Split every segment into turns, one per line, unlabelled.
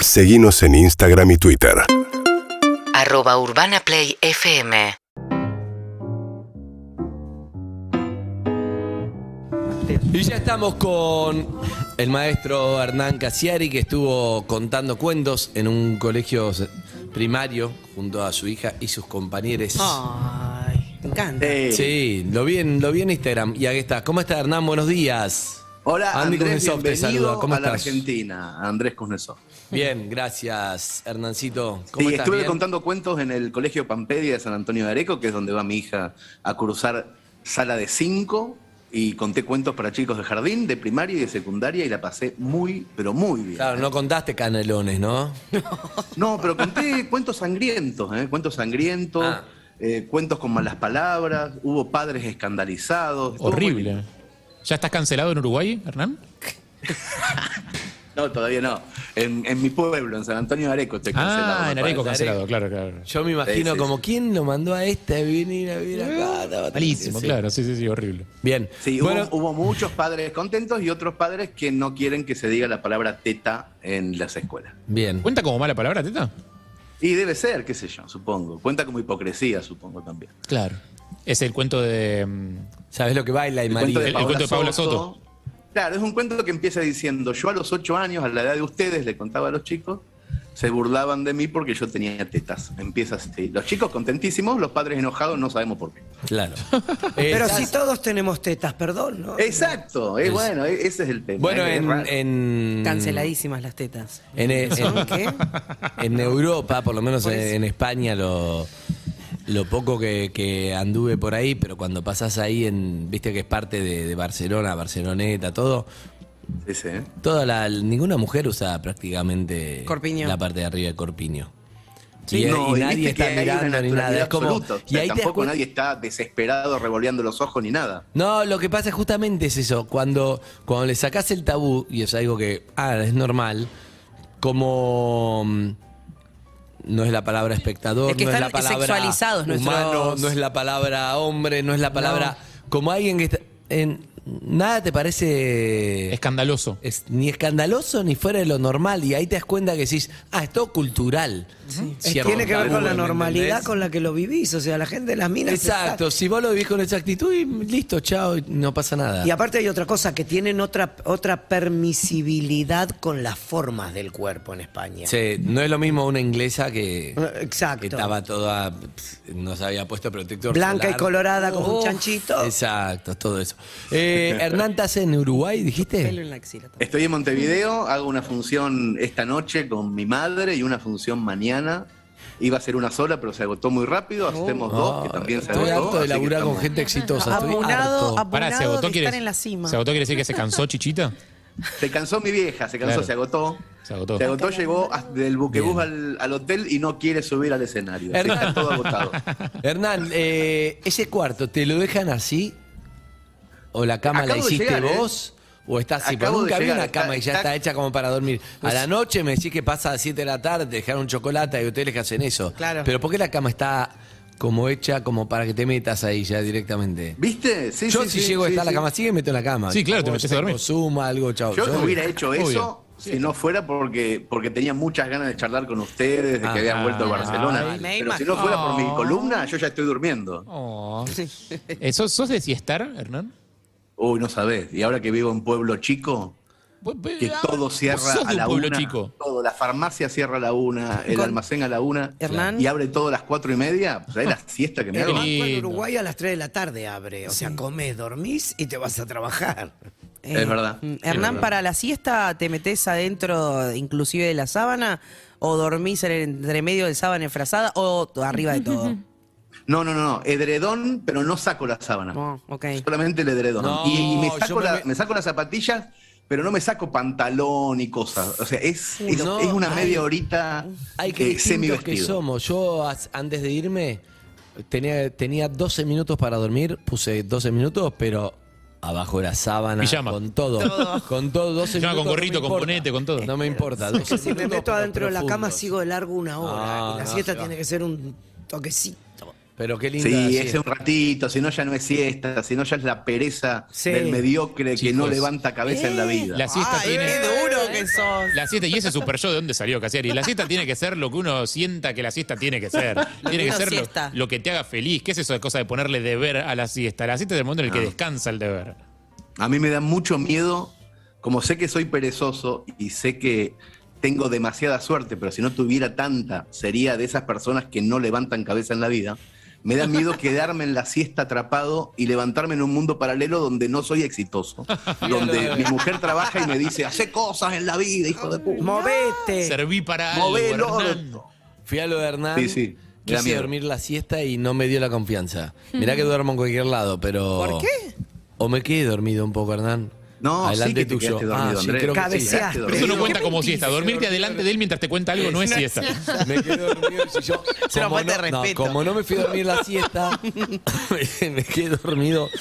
Seguimos en Instagram y Twitter.
Arroba Urbana Play FM.
Y ya estamos con el maestro Hernán Casiari, que estuvo contando cuentos en un colegio s- primario junto a su hija y sus compañeros.
Ah.
Ay, me encanta.
Eh,
Sí.
Sí, lo vi, en, lo vi en Instagram. Y aquí está. ¿Cómo está Hernán? Buenos días.
Hola,
Andy
Andrés,
Kuznetsov te
bienvenido
saluda. ¿Cómo
a la
estás?
Argentina, Andrés Kuznetsov.
Bien, gracias, Hernancito.
Sí,
¿Cómo estás?
estuve
Bien.
contando cuentos en el Colegio Pampedia de San Antonio de Areco, que es donde va mi hija a cursar sala de cinco, y conté cuentos para chicos de jardín, de primaria y de secundaria, y la pasé muy, pero muy bien.
Claro, no contaste canelones, ¿no?
No, pero conté cuentos sangrientos, ¿eh? cuentos sangrientos,
Ah.
eh, cuentos con malas palabras, hubo padres escandalizados. estuvo muy bien.
Horrible. ¿Ya estás cancelado en Uruguay, Hernán?
No, todavía no. En, en mi pueblo, en San Antonio de Areco, estoy cancelado.
Ah,
me
en Areco
parece.
cancelado, claro, claro.
Yo me imagino
Sí, sí,
como,
sí.
¿quién lo mandó a este a venir a vivir acá? Estaba-
Ah, Malísimo,
Sí.
claro, sí, sí, sí, horrible.
Bien.
Sí, hubo-
bueno,
hubo, muchos padres contentos y otros padres que no quieren que se diga la palabra teta en las escuelas.
bien.
¿Cuenta como mala palabra, Teta?
Y debe ser, qué sé yo, supongo. Cuenta como hipocresía, supongo también.
Claro. Es el cuento de. mm,
¿Sabes lo que baila y María?
de El- el cuento de Paula Soto.
Claro, es un cuento que empieza diciendo, yo a los ocho años, a la edad de ustedes, le contaba a los chicos, se burlaban de mí porque yo tenía tetas. Empieza así. Los chicos contentísimos, los padres enojados, no sabemos por qué.
Claro.
Pero
Estás-
si todos tenemos tetas, perdón, ¿no?
Exacto, es,
Es-
bueno, e- ese es el tema.
Bueno,
es- es
en,
raro.
en-
Mm. Canceladísimas las tetas.
En, e- en-
¿Son qué?
en Europa, por lo menos
Por
en,
eso.
en España, lo, lo poco que, que anduve por ahí, pero cuando pasás ahí, en viste que es parte de, de Barcelona, Barceloneta, todo,
Ese, ¿eh?
toda la, ninguna mujer usa prácticamente
Corpiño.
la parte de arriba del corpiño.
Sí,
y, eh,
no,
y
y
nadie
viste que
está mirando
hay una
ni nada.
naturalidad
Es como,
absoluta. O
y
sea,
ahí te das
tampoco
cuenta-
nadie está desesperado revoleando los ojos ni nada.
No, lo que pasa justamente es eso. Cuando, cuando le sacás el tabú, y es algo que, ah, es normal, como. mm, No es la palabra espectador,
Es que
no es la
están
palabra
sexualizados nuestros-
humano, no es la palabra hombre, no es la palabra. Como alguien que está. en- nada te
Eh,
parece.
Escandaloso.
es ni escandaloso ni fuera de lo normal. Y ahí te das cuenta que decís, ah, es todo cultural.
Es-
Cierto
Tiene que ver
tabú,
con la
¿me
normalidad
entendés?
con la que lo vivís. O sea, la gente de las minas.
Exacto, si vos lo vivís con exactitud y listo, chao, y no pasa nada.
Y aparte hay otra cosa, que tienen otra, otra permisibilidad con las formas del cuerpo en España.
Sí, no es lo mismo una inglesa que,
Eh, exacto.
que estaba toda, pf, no se había puesto protector
Blanca
solar.
y colorada como un
Oh,
chanchito.
Exacto, todo eso. Eh, Hernán, ¿estás en Uruguay,
Pelo
dijiste?
en la axila. también.
Estoy en Montevideo, hago una función esta noche con mi madre y una función mañana. Iba a ser una sola, pero se agotó muy rápido. Hacemos dos, que también se
Ah, estoy
agotó.
harto de
así que
laburar con
estamos-
gente exitosa, estoy
Abonado,
harto.
Pará,
Abonado
se agotó,
de
quiere,
estar en la cima.
se agotó, quiere decir que se cansó, Chichita.
Se cansó mi vieja, se cansó,
Claro.
se agotó.
Se agotó.
Se agotó, llegó hasta del buquebús al, al hotel y no quiere subir al escenario. Así
Hernán.
está todo agotado.
Hernán, eh, ese cuarto, ¿te lo dejan así? ¿O la cama la
Acabo de
hiciste
llegar, ¿eh?
vos? ¿O estás así? Porque
Acabo de
nunca vi
llegar,
una
está-
cama y ya
está-
está hecha como para dormir. A la noche me decís que pasa a las 7 de la tarde, te dejaron un chocolate, hay hoteles que hacen eso.
Claro.
Pero ¿por qué la cama está como hecha como para que te metas ahí ya directamente?
¿Viste? Sí,
Yo
sí,
si
sí,
llego a
sí,
estar en
sí.
la cama así, me meto en la cama.
Sí, claro, te
Vos
metés a dormir.
Suma algo, chao.
Yo no hubiera hecho
Obvio.
eso si no fuera porque, porque tenía muchas ganas de charlar con ustedes, de que habían vuelto a Barcelona.
me
Pero si no fuera por mi columna, yo ya estoy durmiendo.
Oh. Eh, ¿Sos, sos de siestar, Hernán?
Uy, no sabés. Y ahora que vivo en pueblo chico, que todo
¿Vos
cierra
sos de
a
un
la
pueblo
una.
chico.
Todo, la farmacia cierra a la una, el
Con-
almacén a la una.
Hernán.
Y abre todo a las cuatro y media. Pues ahí la siesta que me
El
hago.
Qué
banco en
lindo.
Uruguay a las 3 de la tarde abre. O sea, comés, dormís y te vas a trabajar.
Eh,
Es verdad.
mm,
Es
Hernán,
verdad.
para la siesta te metes adentro, inclusive de la sábana, o dormís en el entremedio del sábana enfrazada, o t- arriba de todo.
No, no, no, no. Edredón, pero no saco la sábana.
Oh, ok.
Solamente el edredón.
No,
y, y me,
yo
saco
me-
la- me saco las zapatillas, pero no me saco pantalón y cosas. O sea, es, es,
no,
es una
ay.
media horita
Hay que
eh,
distintos que
semivestido.
somos. Yo as- antes de irme tenía, tenía 12 minutos para dormir, puse 12 minutos, pero abajo era sábana,
Pijama.
con todo, con todo 12
Pijama,
minutos.
con gorrito,
no me
con
importa.
bonete, con todo.
No me importa.
Es que
12
si me
minutos,
meto
pero
adentro de la cama
profundos.
sigo de largo una hora.
Ah,
y la
no,
siesta
se va.
tiene que ser un toquecito.
Pero qué linda
Sí,
la
es
siesta.
un ratito, si no ya no es siesta, si no ya es la pereza
Sí.
del mediocre que no
Chicos.
levanta cabeza en la vida.
Ah,
La siesta
Ay,
eh,
tiene.
qué duro.
boludo que sos.
La siesta, y ese super yo, ¿de dónde salió Casiari? La siesta tiene que ser lo que uno sienta que la siesta tiene que ser. Tiene que
uno
ser lo,
siesta.
lo que te haga feliz. ¿Qué es eso de cosa de ponerle deber a la siesta? La siesta es el momento en el que descansa el deber.
A mí me da mucho miedo, como sé que soy perezoso y sé que tengo demasiada suerte, pero si no tuviera tanta, sería de esas personas que no levantan cabeza en la vida. Me da miedo quedarme en la siesta atrapado y levantarme en un mundo paralelo donde no soy exitoso. donde mi mujer trabaja y me dice, hace cosas en la vida, hijo de puta.
Movete.
Serví para
Mové el
algo,
orto".
Hernán.
Fui a lo de Hernán.
Sí, sí, me da
Quise
miedo.
dormir la siesta y no me dio la confianza. Mirá que duermo en cualquier lado, pero.
¿Por qué?
O me quedé dormido un poco, Hernán.
No, sí que te quedaste dormido,
ah, sí,
Andrés.
creo que sí.
Cabeceaste.
Pero
Eso no
¿qué
cuenta como siesta. Dormirte adelante de él mientras te cuenta algo no es siesta.
Me quedé dormido y yo.
Se nos
como
falta
no,
de
no,
respeto.
como no me fui a dormir la siesta, me quedé dormido.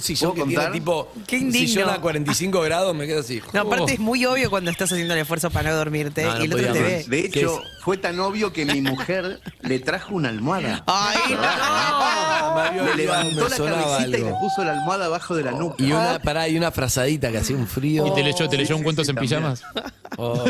Si yo
¿Puedo
que tiene
contar?
tipo.
Qué
Si yo
indigno.
a 45 grados me quedo así.
No, aparte es muy obvio cuando estás haciendo el esfuerzo para no dormirte
No, no
y el otro
podía
te
más.
ve.
De
¿Qué
hecho, fue tan obvio que mi mujer le trajo una almohada.
¡Ay, no!
Me había olvidado,
Me Ah, levantó
Ah, me
la
sonaba
cabecita y
algo.
me puso la almohada abajo de la nuca. Ah,
Y una, pará, y una frazadita que hacía un frío.
Y te leyó, te leyó un cuento en
también.
pijamas.
Oh.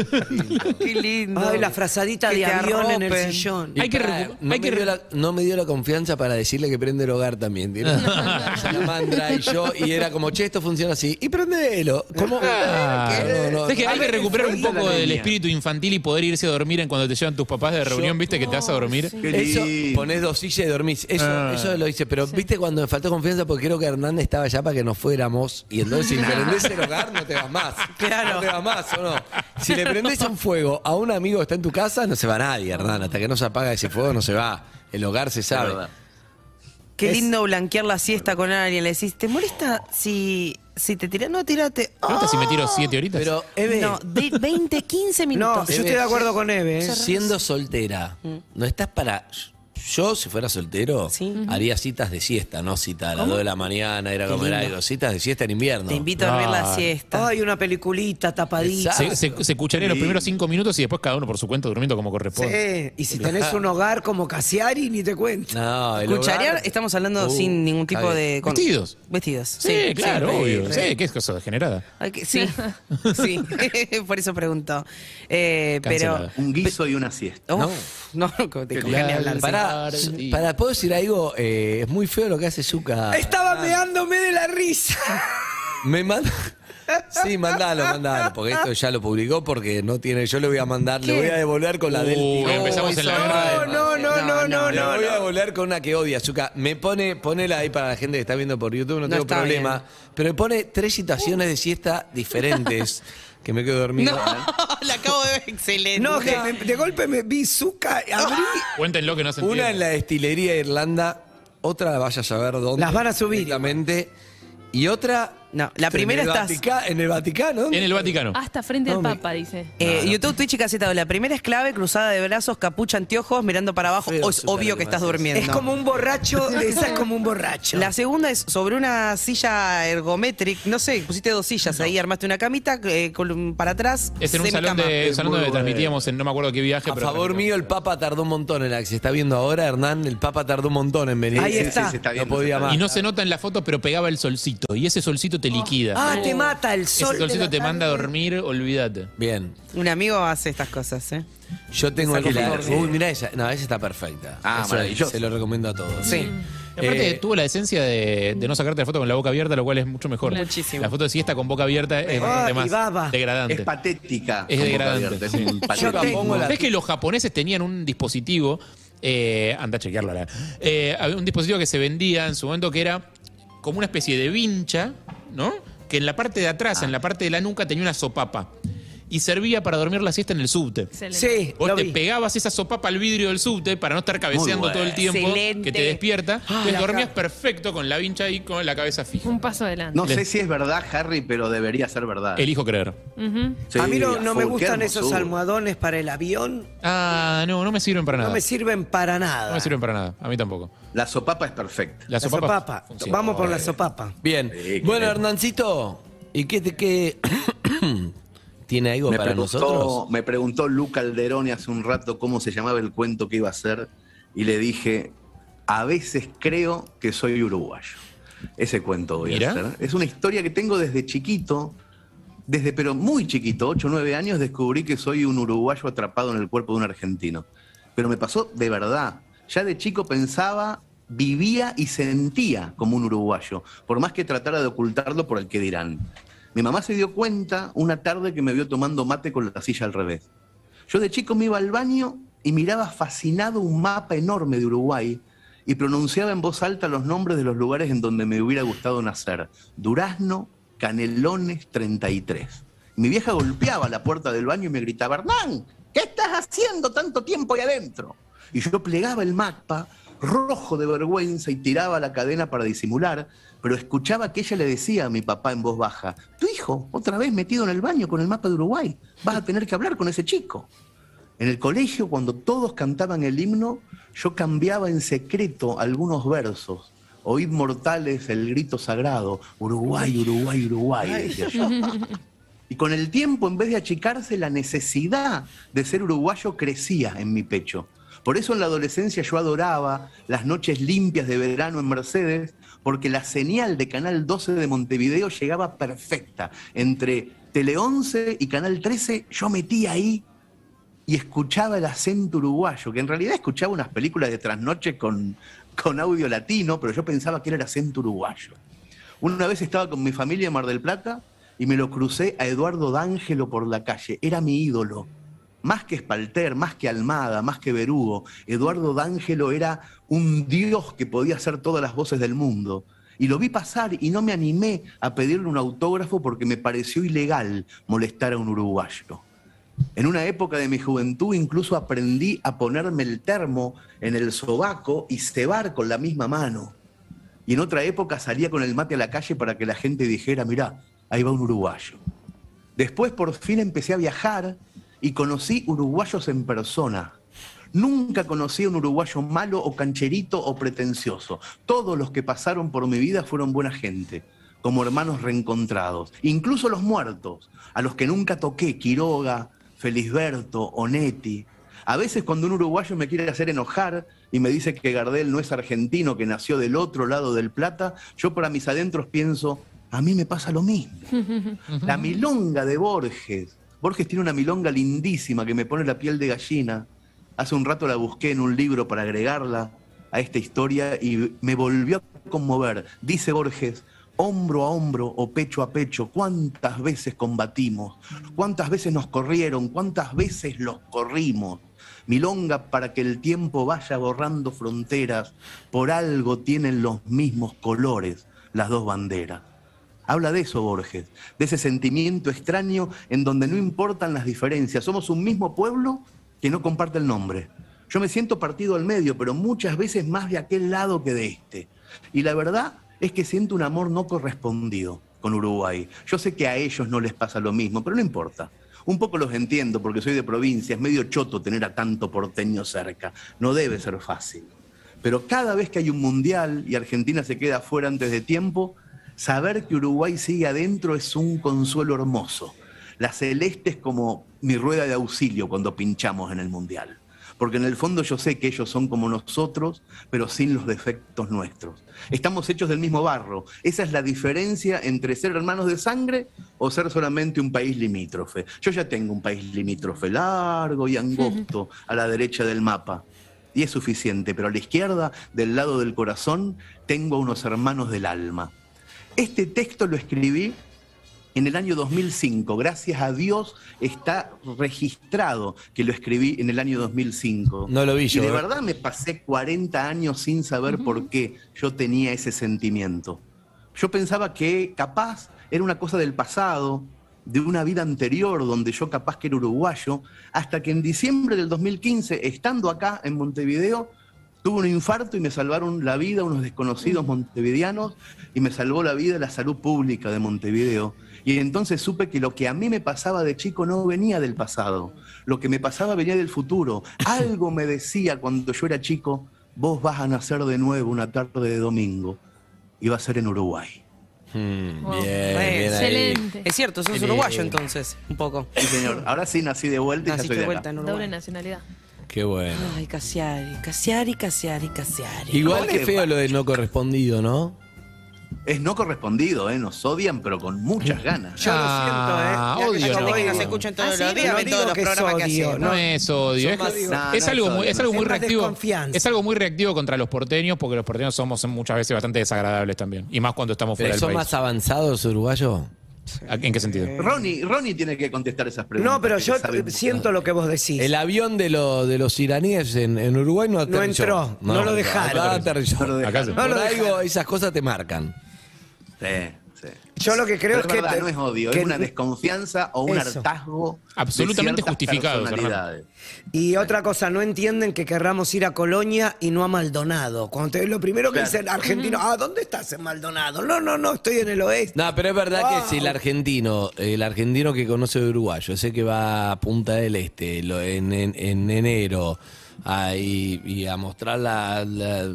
¡Qué lindo!
Ay, la frazadita
Que
de
te
avión en
arropen.
el sillón.
Y
Hay que
pará,
recu-
no,
hay
me
que
dio
re-
la, no me dio la confianza para decirle que prende el hogar también. tiene
Ah.
una salamandra y yo, y era como, che, esto funciona así. Y prendelo. ¿Cómo?
Ah,
No, no,
¿Sabes que hay que recuperar un
suelta la
poco del
leña.
espíritu infantil y poder irse a dormir en cuando te llevan tus papás de reunión, viste que te vas a dormir?
Qué
Eso,
lindo. Ah.
ponés dos sillas y dormís. Eso, eso lo hice. Pero viste cuando me faltó confianza porque creo que Hernán estaba allá para que nos fuéramos. Y entonces si le prendés el hogar no te vas más.
Claro.
No te vas más, ¿o no? Si le prendés un fuego a un amigo que está en tu casa, no se va nadie, Hernán. Hasta que no se apaga ese fuego no se va. El hogar se
Es
sabe.
verdad.
Qué
Es-
lindo blanquear la siesta con alguien. Le decís, ¿te molesta si, si te tiras? No, tirate.
¿Te gusta si me tiro siete horitas?
Pero, Eve,
No, de 20, 15
No,
minutos.
yo estoy de acuerdo con Eve. ¿eh?
siendo soltera, no estás para. Yo, si fuera soltero,
Mm. Sí.
haría citas de siesta, no citas a las 2 de la mañana, ir a comer algo. Citas de siesta en invierno.
Te invito a dormir la
Ah.
siesta.
Ay, una peliculita tapadita.
Exacto.
se, se, se cucharía los primeros cinco minutos y después cada uno por su cuenta durmiendo como corresponde.
Sí, Y si tenés un hogar como Casiari, ni te cuento.
No, el
Cucharear,
hogar-
estamos hablando
Uh,
sin ningún tipo
cagué.
de. con-
Vestidos.
Vestidos.
Sí, claro,
re,
obvio.
re.
Sí, qué es cosa degenerada.
Ay, que- Sí, sí. Por eso pregunto. Eh, pero.
Cancelada.
Un guiso y una siesta.
Uf, no, como te cogen ni hablar.
Pará,
Sí.
pará, ¿puedo decir algo? Eh, es muy feo lo que hace Zuka.
Estaba meándome de la risa.
Me manda. Sí, mandalo, mandalo, porque esto ya lo publicó porque no tiene. Yo le voy a mandar, le
¿Qué?
voy a devolver con la del
Uy,
tío.
empezamos en la
eso-
guerra de-
No, no, no, no,
Le
no.
voy a devolver con una que odia, Zuka. Me pone, ponela ahí para la gente que está viendo por YouTube, no,
No
tengo
está
problema. Pero me pone tres situaciones de siesta diferentes que me quedo dormido.
No, la acabo de ver excelente.
No, Ah. que me- de golpe me vi Zuka, abrí.
Cuéntenlo que no se
Una en
entiende.
la destilería de Irlanda, otra vaya a saber dónde.
Las van a subir.
directamente, Y otra.
No, la
en
primera
el
estás-
Vatica- en el Vaticano.
En el Vaticano.
Hasta frente al Papa, dice.
Eh, YouTube, Twitch y Casetado. La primera es clave, cruzada de brazos, capucha, anteojos, mirando para abajo.
Feo,
es
súper
obvio que estás
animal, sí.
durmiendo.
Es como un borracho, esa es como un borracho.
La segunda es sobre una silla ergométrica. No sé, pusiste dos sillas ahí, armaste una camita eh, colum- para atrás.
Es en un salón,
semicama.
de,
Es
salón
muy
donde
bueno.
transmitíamos en no me acuerdo qué viaje.
A
pero
favor mío, el Papa tardó un montón en la que se está viendo ahora, Hernán. El Papa tardó un montón en venir.
Ahí
Sí,
está.
sí, se
está viendo,
no podía
se está
más.
Y no se nota en la foto, pero pegaba el solcito. Y ese solcito te liquida.
Ah, te mata el
ese
sol. de
solcito
la
te
tarde.
manda a dormir, olvídate.
Bien.
Un amigo hace estas cosas, ¿eh?
Yo tengo el
Esa confort, sí.
Uy, mirá esa. No, esa está perfecta.
Ah,
Eso
maravilloso.
Se lo recomiendo a todos.
Sí.
Y Aparte,
Eh,
tuvo la esencia de, de no sacarte la foto con la boca abierta, lo cual es mucho mejor.
Muchísimo.
La foto de siesta con boca abierta es bastante
y
más
baba.
degradante.
Es patética.
Es
con boca
degradante,
abierta, Es
sí.
un
Yo la
patetismo.
pongo la-
¿Sabés que los japoneses tenían un dispositivo? eh, anda a chequearlo ahora. Eh, había un dispositivo que se vendía en su momento que era como una especie de vincha, ¿no? Que en la parte de atrás,
Ah.
en la parte de la nuca, tenía una sopapa. Y servía para dormir la siesta en el subte.
Excelente.
Sí,
Vos
lo
te
vi.
pegabas esa sopapa al vidrio del subte para no estar cabeceando
bueno.
todo el tiempo,
Excelente.
que te despierta. Entonces
Ah, la
dormías
ca-
perfecto con la vincha y con la cabeza fija.
Un paso adelante.
No sé si es verdad, Harry, pero debería ser verdad.
Elijo creer.
Ujú.
Sí,
a mí no, no me
full, qué
gustan esos
hermosura.
almohadones para el avión.
Ah, no, no me sirven para nada.
No me sirven para
No
nada.
me sirven para nada. A mí tampoco.
La sopapa es perfecta.
La,
La
sopapa.
sopapa.
funciona. Eh,
Vamos por la sopapa.
Bien.
Sí,
bueno,
que-
Hernancito, ¿y qué te qué tiene algo
Me
para
preguntó,
nosotros?
me preguntó Lu Calderoni hace un rato cómo se llamaba el cuento que iba a hacer y le dije, a veces creo que soy uruguayo. Ese cuento voy
Mira.
a hacer. Es una historia que tengo desde chiquito. Desde pero muy chiquito, 8 o 9 años, descubrí que soy un uruguayo atrapado en el cuerpo de un argentino. Pero me pasó de verdad. Ya de chico pensaba, vivía y sentía como un uruguayo, por más que tratara de ocultarlo por el que dirán. Mi mamá se dio cuenta una tarde que me vio tomando mate con la silla al revés. Yo de chico me iba al baño y miraba fascinado un mapa enorme de Uruguay y pronunciaba en voz alta los nombres de los lugares en donde me hubiera gustado nacer. Durazno, Canelones 33. Mi vieja golpeaba la puerta del baño y me gritaba, Hernán, ¿qué estás haciendo tanto tiempo ahí adentro? Y yo plegaba el mapa, rojo de vergüenza, y tiraba la cadena para disimular, pero escuchaba que ella le decía a mi papá en voz baja, tu hijo, otra vez metido en el baño con el mapa de Uruguay, vas a tener que hablar con ese chico. En el colegio, cuando todos cantaban el himno, yo cambiaba en secreto algunos versos. Oí mortales el grito sagrado, Uruguay, Uruguay, Uruguay, decía yo. Y con el tiempo, en vez de achicarse, la necesidad de ser uruguayo crecía en mi pecho. Por eso en la adolescencia yo adoraba las noches limpias de verano en Mercedes, porque la señal de Canal 12 de Montevideo llegaba perfecta. Entre Tele 11 y Canal 13 yo metía ahí y escuchaba el acento uruguayo, que en realidad escuchaba unas películas de trasnoche con, con audio latino, pero yo pensaba que era el acento uruguayo. Una vez estaba con mi familia en Mar del Plata y me lo crucé a Eduardo D'Ángelo por la calle. Era mi ídolo. Más que Spalter, más que Almada, más que Berugo, Eduardo D'Ángelo era un dios que podía hacer todas las voces del mundo. Y lo vi pasar y no me animé a pedirle un autógrafo porque me pareció ilegal molestar a un uruguayo. En una época de mi juventud incluso aprendí a ponerme el termo en el sobaco y cebar con la misma mano. Y en otra época salía con el mate a la calle para que la gente dijera, mirá, ahí va un uruguayo. Después por fin empecé a viajar y conocí uruguayos en persona. Nunca conocí a un uruguayo malo o cancherito o pretencioso. Todos los que pasaron por mi vida fueron buena gente como hermanos reencontrados, incluso los muertos, a los que nunca toqué, Quiroga, Felisberto, Onetti. A veces cuando un uruguayo me quiere hacer enojar y me dice que Gardel no es argentino, que nació del otro lado del Plata, yo para mis adentros pienso, a mí me pasa lo mismo. La milonga de Borges. Borges tiene una milonga lindísima que me pone la piel de gallina. Hace un rato la busqué en un libro para agregarla a esta historia y me volvió a conmover. Dice Borges, hombro a hombro o pecho a pecho, cuántas veces combatimos, cuántas veces nos corrieron, cuántas veces los corrimos. Milonga para que el tiempo vaya borrando fronteras, por algo tienen los mismos colores las dos banderas. Habla de eso Borges, de ese sentimiento extraño en donde no importan las diferencias, somos un mismo pueblo que no comparte el nombre. Yo me siento partido al medio, pero muchas veces más de aquel lado que de este. Y la verdad es que siento un amor no correspondido con Uruguay. Yo sé que a ellos no les pasa lo mismo, pero no importa. Un poco los entiendo porque soy de provincia, es medio choto tener a tanto porteño cerca. No debe ser fácil. Pero cada vez que hay un mundial y Argentina se queda afuera antes de tiempo, saber que Uruguay sigue adentro es un consuelo hermoso. La celeste es como mi rueda de auxilio cuando pinchamos en el mundial porque en el fondo yo sé que ellos son como nosotros, pero sin los defectos nuestros. Estamos hechos del mismo barro. Esa es la diferencia entre ser hermanos de sangre o ser solamente un país limítrofe. Yo ya tengo un país limítrofe largo y angosto a la derecha del mapa. Y es suficiente, pero a la izquierda, del lado del corazón, tengo a unos hermanos del alma. Este texto lo escribí en el año 2005. Gracias a Dios está registrado que lo escribí en el año 2005.
No lo vi yo,
Y de
eh.
verdad me pasé 40 años sin saber por qué yo tenía ese sentimiento. Yo pensaba que capaz era una cosa del pasado, de una vida anterior donde yo capaz que era uruguayo, hasta que en diciembre del 2015, estando acá en Montevideo, tuve un infarto y me salvaron la vida unos
Mm.
desconocidos montevideanos y me salvó la vida la salud pública de Montevideo. Y entonces supe que lo que a mí me pasaba de chico no venía del pasado, lo que me pasaba venía del futuro. Algo me decía cuando yo era chico, vos vas a nacer de nuevo una tarde de domingo y va a ser en Uruguay.
Mm,
Wow.
Bien,
eh,
bien ahí.
Excelente.
Es cierto, sos
Sí.
uruguayo entonces, un poco.
Sí, señor, ahora sí nací de
Ah,
vuelta y ya
Naciste
soy de
de
acá.
vuelta en
Doble
Uruguay.
nacionalidad.
Qué bueno.
Ay, Casiari, Casiari, Casiari, Casiari.
Igual
¿Cómo
que
le
feo
va?
lo de no correspondido, ¿no?
Es no correspondido, ¿eh? Nos odian, pero con muchas ganas.
Yo
Ah,
lo siento, ¿eh?
odio,
Yo
no.
voy-
que nos escuchan todos
Ah, sí,
los días,
no
ven
digo
todos los
que es
programas que
odio,
hacemos.
No es odio,
Son
es,
más-
es
No, no
algo,
es
muy,
odio,
es
no
algo
es
muy
más
reactivo.
desconfianza.
Es algo muy reactivo contra los porteños, porque los porteños somos muchas veces bastante desagradables también. Y más cuando estamos fuera
¿Pero
del
son
país.
más Eh, avanzados uruguayos?
¿En qué sentido?
Ronnie, Ronnie tiene que contestar esas preguntas.
No, pero
que
yo
sabe mucho.
siento lo que vos decís.
El avión de, lo- de los iraníes en, en Uruguay no aterrizó.
entró, no lo dejaron.
No aterrizó.
No lo dejaron.
Acá se-
Por
No lo
algo esas cosas te marcan.
Sí, sí.
Yo lo que creo
Pero
es que
verdad,
te-
no es odio,
que-
es una desconfianza o un
Eso.
hartazgo. de
Absolutamente
ciertas
justificado, Fernando.
personalidades.
Y otra cosa, no entienden que querramos ir a Colonia y no a Maldonado. Cuando te, lo primero que
Claro.
dicen argentino, ah, ¿dónde estás en Maldonado? No, no, no, estoy en el oeste.
No, pero es verdad
Wow.
que si el argentino, el argentino que conoce de uruguayo, ese que va a Punta del Este lo- en, en- en enero a- y, y a mostrar la, la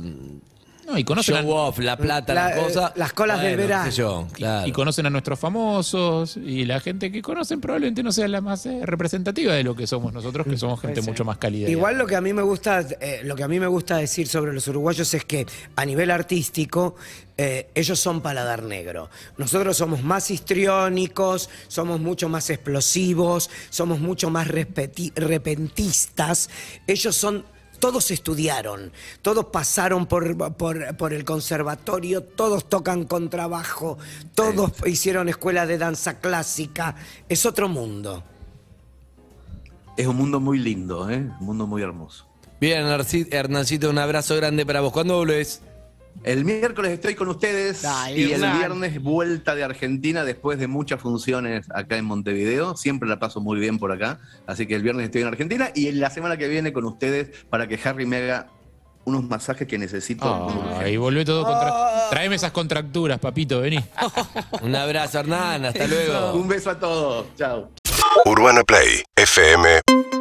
No, y conocen,
show
a,
off, la plata,
La- eh,
las cosas.
las colas del
qué
verano.
sé yo, claro.
y conocen a nuestros famosos y la gente que conocen probablemente no sea la más eh, representativa de lo que somos nosotros, que somos gente mucho más cálida.
Igual lo que a mí me gusta, eh, lo que a mí me gusta decir sobre los uruguayos es que a nivel artístico eh, ellos son paladar negro. Nosotros somos más histriónicos, somos mucho más explosivos, somos mucho más respeti- repentistas. Ellos son todos estudiaron, todos pasaron por, por- por el conservatorio, todos tocan contrabajo, todos hicieron escuela de danza clásica. Es otro mundo.
Es un mundo muy lindo, ¿eh? un mundo muy hermoso.
Bien, Narci- Hernancito, un abrazo grande para vos. ¿Cuándo volvés?
El miércoles estoy con ustedes
Dale,
y el
Hernán.
viernes vuelta de Argentina después de muchas funciones acá en Montevideo. Siempre la paso muy bien por acá, así que el viernes estoy en Argentina y en la semana que viene con ustedes para que Harry me haga unos masajes que necesito.
y volvé todo
Ah.
contra. Traeme esas contracturas, papito, vení.
Un abrazo, Hernán. Hasta luego.
Un beso a todos, chao.
UrbanaPlayFM.com